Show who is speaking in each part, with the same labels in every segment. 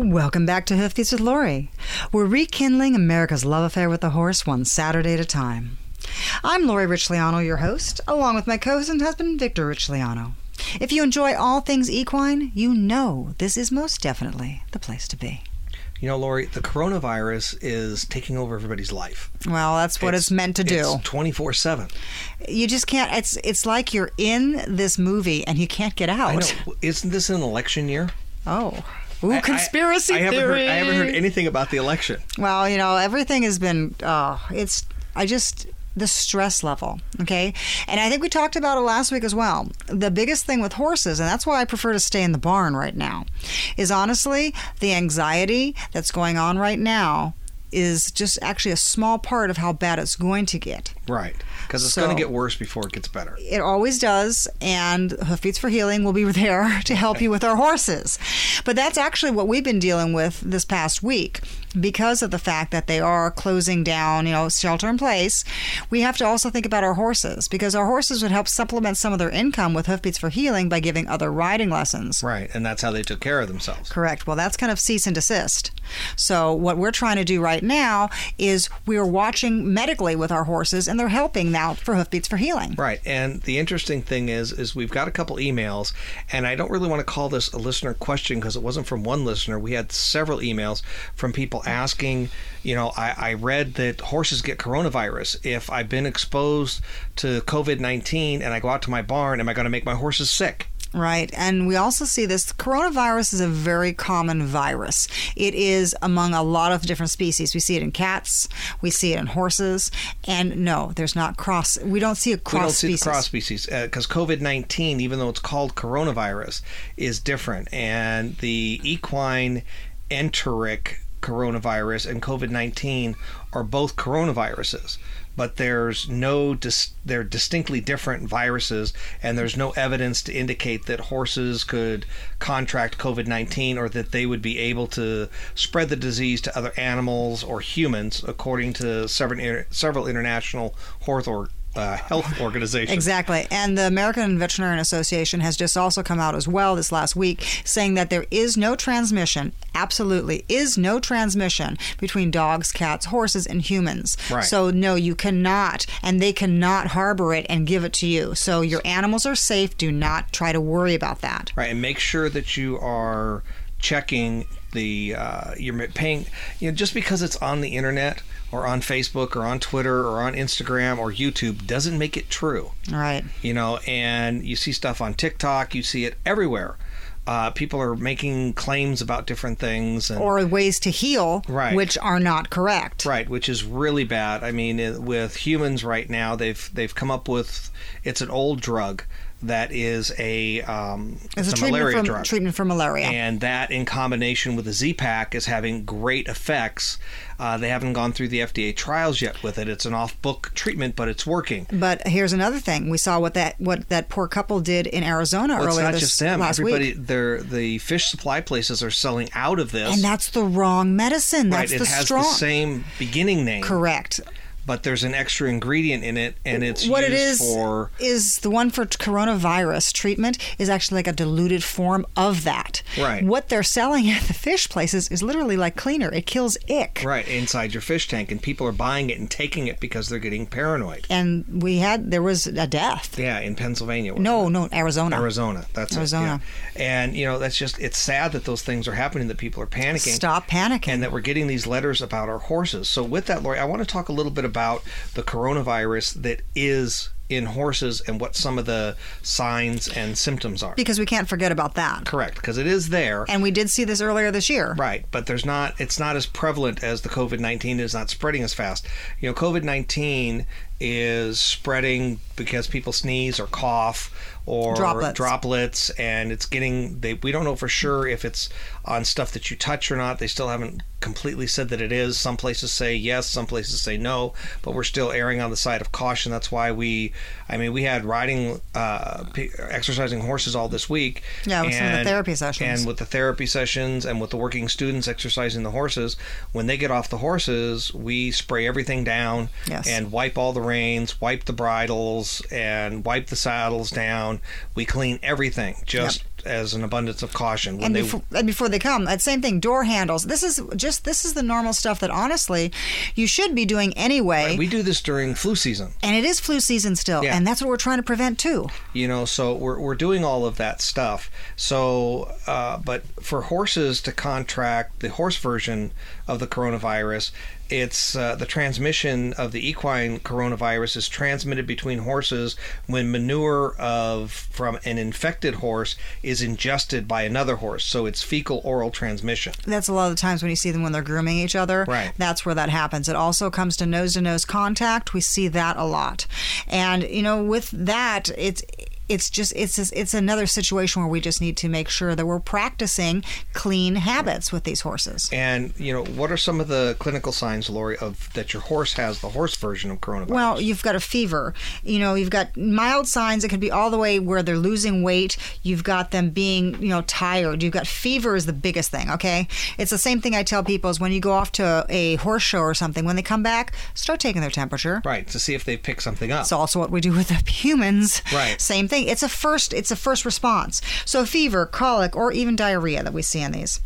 Speaker 1: Welcome back to Hoofbeats with Lori. We're rekindling America's love affair with the horse one Saturday at a time. I'm Lori Richliano, your host, along with my co-host and husband Victor Richliano. If you enjoy all things equine, you know this is most definitely the place to be.
Speaker 2: You know, Lori, the coronavirus is taking over everybody's life.
Speaker 1: Well, that's what it's, meant to do.
Speaker 2: Twenty four seven.
Speaker 1: You just can't. It's it's like you're in this movie and you can't get
Speaker 2: I know.
Speaker 1: out.
Speaker 2: Isn't this an election year?
Speaker 1: Oh, ooh,
Speaker 2: I- I-
Speaker 1: conspiracy
Speaker 2: I, haven't heard-
Speaker 1: theory.
Speaker 2: I haven't heard anything about the election.
Speaker 1: Well, you know, everything has been. Oh, it's. I just the stress level. Okay, and I think we talked about it last week as well. The biggest thing with horses, and that's why I prefer to stay in the barn right now, is honestly the anxiety that's going on right now is just actually a small part of how bad it's going to get.
Speaker 2: Right. Because it's
Speaker 1: So-
Speaker 2: going to get worse before it gets better.
Speaker 1: It always does, and Hoofbeats for Healing will be there to help you with our horses. But that's actually what we've been dealing with this past week because of the fact that they are closing down, you know, shelter in place. We have to also think about our horses because our horses would help supplement some of their income with Hoofbeats for Healing by giving other riding lessons.
Speaker 2: Right. And that's how they took care of themselves.
Speaker 1: Correct. Well, that's kind of cease and desist. So, what we're trying to do right now is we're watching medically with our horses, and they're helping now for Hoofbeats for Healing.
Speaker 2: Right. And the interesting thing is, is we've got a couple emails, and I don't really want to call this a listener question because it wasn't from one listener. We had several emails from people asking, you know, I, I read that horses get coronavirus. If I've been exposed to COVID 19 and I go out to my barn, am I going to make my horses sick?
Speaker 1: Right. And we also see this coronavirus is a very common virus. It is among a lot of different species. We see it in cats, we see it in horses, and no, there's not cross we don't see a cross
Speaker 2: we don't see
Speaker 1: species.
Speaker 2: the cross species because COVID nineteen, even though it's called coronavirus, is different, and the equine enteric coronavirus and COVID nineteen are both coronaviruses, but there's no dis- they're distinctly different viruses, and there's no evidence to indicate that horses could contract COVID nineteen or that they would be able to spread the disease to other animals or humans, according to several inter- several international horse or uh, health organization.
Speaker 1: Exactly. And the American Veterinarian Association has just also come out as well this last week saying that there is no transmission, absolutely is no transmission between dogs, cats, horses, and humans.
Speaker 2: Right.
Speaker 1: So, no, you cannot, and they cannot harbor it and give it to you. So, your animals are safe. Do not try to worry about that.
Speaker 2: Right, and make sure that you are checking the uh, you're paying. You know, just because it's on the internet or on Facebook or on Twitter or on Instagram or YouTube doesn't make it true.
Speaker 1: Right.
Speaker 2: You know, and you see stuff on TikTok, you see it everywhere. Uh, people are making claims about different things, and
Speaker 1: Or ways to heal,
Speaker 2: Right.
Speaker 1: which are not correct.
Speaker 2: Right, which is really bad. I mean, it, with humans right now, they've they've come up with it's an old drug that is a um,
Speaker 1: It's, a,
Speaker 2: it's a
Speaker 1: treatment,
Speaker 2: malaria
Speaker 1: from,
Speaker 2: drug.
Speaker 1: treatment for malaria.
Speaker 2: and that in combination with the Z-Pack is having great effects. Uh, they haven't gone through the FDA trials yet with it. It's an off-book treatment, but it's working.
Speaker 1: But here's another thing: we saw what that what that poor couple did in Arizona
Speaker 2: Well, it's
Speaker 1: earlier
Speaker 2: not
Speaker 1: this
Speaker 2: just them.
Speaker 1: last
Speaker 2: Everybody,
Speaker 1: week,
Speaker 2: they're, the fish supply places are selling out of this.
Speaker 1: and that's the wrong medicine.
Speaker 2: right,
Speaker 1: That's
Speaker 2: it
Speaker 1: the
Speaker 2: has
Speaker 1: strong.
Speaker 2: the same beginning name,
Speaker 1: Correct.
Speaker 2: but there's an extra ingredient in it, and it's
Speaker 1: what it
Speaker 2: used
Speaker 1: is
Speaker 2: for
Speaker 1: is the one for coronavirus treatment is actually like a diluted form of that.
Speaker 2: Right.
Speaker 1: What they're selling at the fish places is literally like cleaner. It kills ick.
Speaker 2: right inside your fish tank, and people are buying it and taking it because they're getting paranoid.
Speaker 1: And we had there was a death.
Speaker 2: Yeah, in Pennsylvania. wasn't
Speaker 1: No, no, Arizona.
Speaker 2: Arizona. That's it,
Speaker 1: Arizona.
Speaker 2: yeah. And you know, that's just it's sad that those things are happening that people are panicking.
Speaker 1: Stop panicking.
Speaker 2: And that we're getting these letters about our horses. So with that, Lori, I want to talk a little bit about the coronavirus that is in horses and what some of the signs and symptoms are.
Speaker 1: because we can't forget about that.
Speaker 2: Correct, because it is there.
Speaker 1: And we did see this earlier this year.
Speaker 2: Right, but there's not it's not as prevalent as the COVID nineteen is not spreading as fast. You know, COVID nineteen is spreading because people sneeze or cough or
Speaker 1: Droplets.
Speaker 2: droplets, and it's getting they we don't know for sure if it's on stuff that you touch or not. They still haven't completely said that it is. Some places say yes, some places say no, but we're still erring on the side of caution. That's why we I mean we had riding uh pe- exercising horses all this week.
Speaker 1: Yeah, with some of the therapy sessions.
Speaker 2: And with the therapy sessions and with the working students exercising the horses, when they get off the horses, we spray everything down
Speaker 1: Yes.
Speaker 2: and wipe all the reins, wipe the bridles, and wipe the saddles down. We clean everything just just as an abundance of caution when
Speaker 1: and
Speaker 2: they
Speaker 1: before, and before they come, that same thing. Door handles. This is just this is the normal stuff that honestly you should be doing anyway.
Speaker 2: we do this during flu season.
Speaker 1: and it is flu season still,
Speaker 2: Yeah.
Speaker 1: and that's what we're trying to prevent too.
Speaker 2: you know so we're, we're doing all of that stuff so uh, but for horses to contract the horse version of the coronavirus it's uh, the transmission of the equine coronavirus is transmitted between horses when manure of from an infected horse is ingested by another horse so it's fecal oral transmission
Speaker 1: That's a lot of the times when you see them when they're grooming each other.
Speaker 2: Right.
Speaker 1: That's where that happens. It also comes to nose to nose contact. We see that a lot, and you know, with that, it's. It's just it's just, it's another situation where we just need to make sure that we're practicing clean habits with these horses.
Speaker 2: and you know what are some of the clinical signs lori of that your horse has the horse version of coronavirus
Speaker 1: Well, you've got a fever. You know, you've got mild signs. It could be all the way where they're losing weight. You've got them being, you know, tired. You've got fever is the biggest thing. Okay, it's the same thing I tell people is when you go off to a horse show or something. When they come back, start taking their temperature.
Speaker 2: right to see if they pick something up
Speaker 1: It's also what we do with the humans.
Speaker 2: Right.
Speaker 1: Same thing. It's a first. It's a first response. So fever, colic, or even diarrhea that we see in these.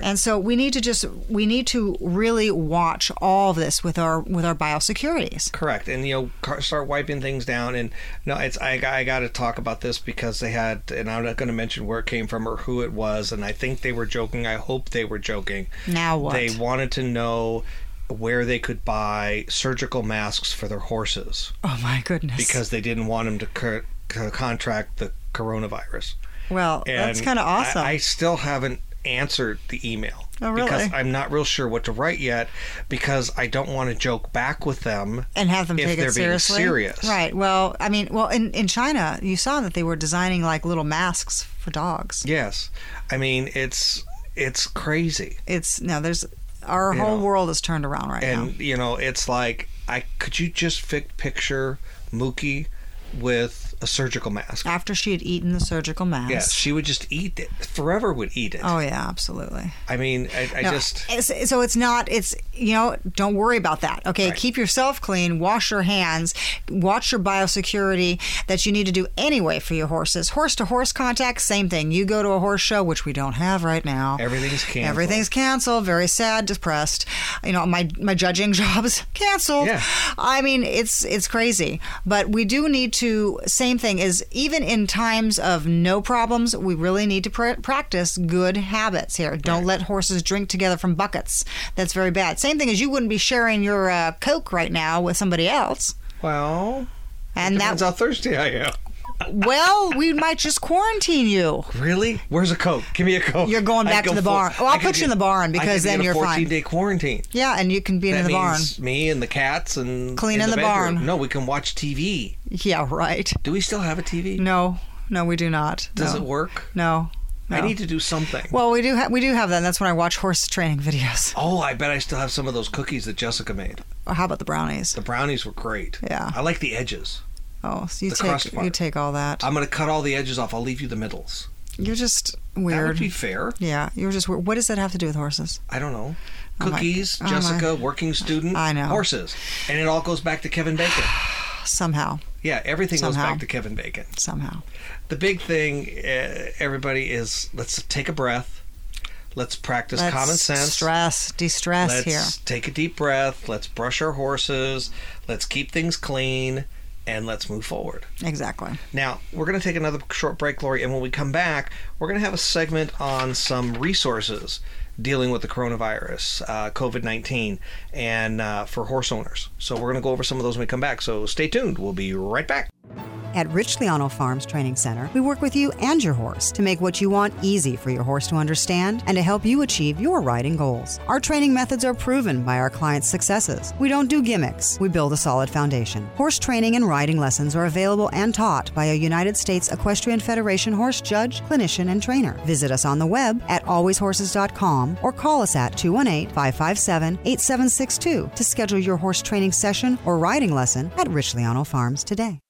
Speaker 1: And so we need to just we need to really watch all of this with our with our biosecurities.
Speaker 2: Correct, and you know, car- start wiping things down. And no, it's I, I got to talk about this because they had, and I'm not going to mention where it came from or who it was. And I think they were joking. I hope they were joking.
Speaker 1: Now what?
Speaker 2: They wanted to know where they could buy surgical masks for their horses
Speaker 1: Oh my goodness.
Speaker 2: because they didn't want them to cur- c- contract the coronavirus.
Speaker 1: well, that's
Speaker 2: And
Speaker 1: kind of
Speaker 2: I-
Speaker 1: awesome.
Speaker 2: I, still haven't answered the email
Speaker 1: Oh, really?
Speaker 2: because I'm not real sure what to write yet because I don't want to joke back with them.
Speaker 1: and have them
Speaker 2: if
Speaker 1: take
Speaker 2: they're
Speaker 1: it
Speaker 2: being
Speaker 1: seriously.
Speaker 2: serious.
Speaker 1: Right. Well, I mean, well, in, in China, you saw that they were designing like little masks for dogs.
Speaker 2: Yes, I mean it's it's crazy,
Speaker 1: It's no, there's our
Speaker 2: You
Speaker 1: whole
Speaker 2: know,
Speaker 1: world is turned around right now.
Speaker 2: and you know it's like I could you just pic- picture Mookie with a surgical mask?
Speaker 1: After she had eaten the surgical mask.
Speaker 2: Yes, she would just eat it. Forever would eat it.
Speaker 1: Oh yeah, absolutely.
Speaker 2: I mean, I, I
Speaker 1: No,
Speaker 2: just
Speaker 1: it's- so it's not it's you know don't worry about that. Okay,
Speaker 2: Right.
Speaker 1: keep yourself clean, wash your hands, watch your biosecurity that you need to do anyway for your horses. Horse to horse contact, same thing. You go to a horse show, which we don't have right now.
Speaker 2: everything's canceled.
Speaker 1: Everything's canceled. Very sad, depressed. You know, my my judging job's canceled.
Speaker 2: Yeah.
Speaker 1: I mean, it's it's crazy. But we do need to. Same thing is even in times of no problems, we really need to pr- practice good habits here. Don't let horses drink together from buckets. That's very bad. Same thing as you wouldn't be sharing your uh, coke right now with somebody else.
Speaker 2: well.
Speaker 1: And that
Speaker 2: Depends how thirsty I am.
Speaker 1: well, we might just quarantine you.
Speaker 2: Really? Where's a coke? Give me a coke.
Speaker 1: You're going
Speaker 2: I'd
Speaker 1: back to
Speaker 2: go
Speaker 1: the
Speaker 2: full-
Speaker 1: barn. Oh, I'll
Speaker 2: I could
Speaker 1: put you in
Speaker 2: do-
Speaker 1: the barn
Speaker 2: I
Speaker 1: because
Speaker 2: could be
Speaker 1: then
Speaker 2: in a
Speaker 1: you're fine.
Speaker 2: 14 day quarantine.
Speaker 1: Yeah, and you can be in
Speaker 2: That
Speaker 1: the barn.
Speaker 2: means me and the cats and
Speaker 1: Clean in the
Speaker 2: bedroom.
Speaker 1: barn.
Speaker 2: No, we can watch TV.
Speaker 1: Yeah, right.
Speaker 2: Do we still have a TV?
Speaker 1: No, no, we do not.
Speaker 2: Does
Speaker 1: Mm, no.
Speaker 2: it work?
Speaker 1: No. no.
Speaker 2: I need to do something.
Speaker 1: Well, we do ha- we do have that. and That's when I watch horse training videos.
Speaker 2: oh, I bet I still have some of those cookies that Jessica made.
Speaker 1: Or how about the brownies?
Speaker 2: The brownies were great.
Speaker 1: Yeah.
Speaker 2: I like the edges.
Speaker 1: Oh, so you
Speaker 2: The crust
Speaker 1: take
Speaker 2: part.
Speaker 1: you take all that.
Speaker 2: I'm going to cut all the edges off. I'll leave you the middles.
Speaker 1: You're just
Speaker 2: That would
Speaker 1: weird.
Speaker 2: be fair.
Speaker 1: yeah, you're just weird. What does that have to do with horses?
Speaker 2: I don't know.
Speaker 1: Oh my-
Speaker 2: Cookies,
Speaker 1: oh my-
Speaker 2: Jessica, working student,
Speaker 1: I know.
Speaker 2: horses. And it all goes back to Kevin Bacon.
Speaker 1: Somehow,
Speaker 2: Yeah, everything goes
Speaker 1: Somehow.
Speaker 2: back to Kevin Bacon.
Speaker 1: somehow.
Speaker 2: The big thing, uh, everybody, is let's take a breath. Let's practice
Speaker 1: Let's
Speaker 2: common sense.
Speaker 1: Stress, de-stress
Speaker 2: let's
Speaker 1: here.
Speaker 2: take a deep breath. Let's brush our horses. Let's keep things clean. And let's move forward.
Speaker 1: Exactly.
Speaker 2: Now, we're going to take another short break, Lori, and when we come back, we're going to have a segment on some resources dealing with the coronavirus, uh, COVID 19, and uh, for horse owners. So, we're going to go over some of those when we come back. So, stay tuned. We'll be right back.
Speaker 3: At Richliano Farms Training Center, we work with you and your horse to make what you want easy for your horse to understand and to help you achieve your riding goals. Our training methods are proven by our clients' successes. We don't do gimmicks, we build a solid foundation. Horse training and riding lessons are available and taught by a United States Equestrian Federation horse judge, clinician, and trainer. Visit us on the web at alwayshorses.com or call us at 218 557 8762 to schedule your horse training session or riding lesson at Richliano Farms today.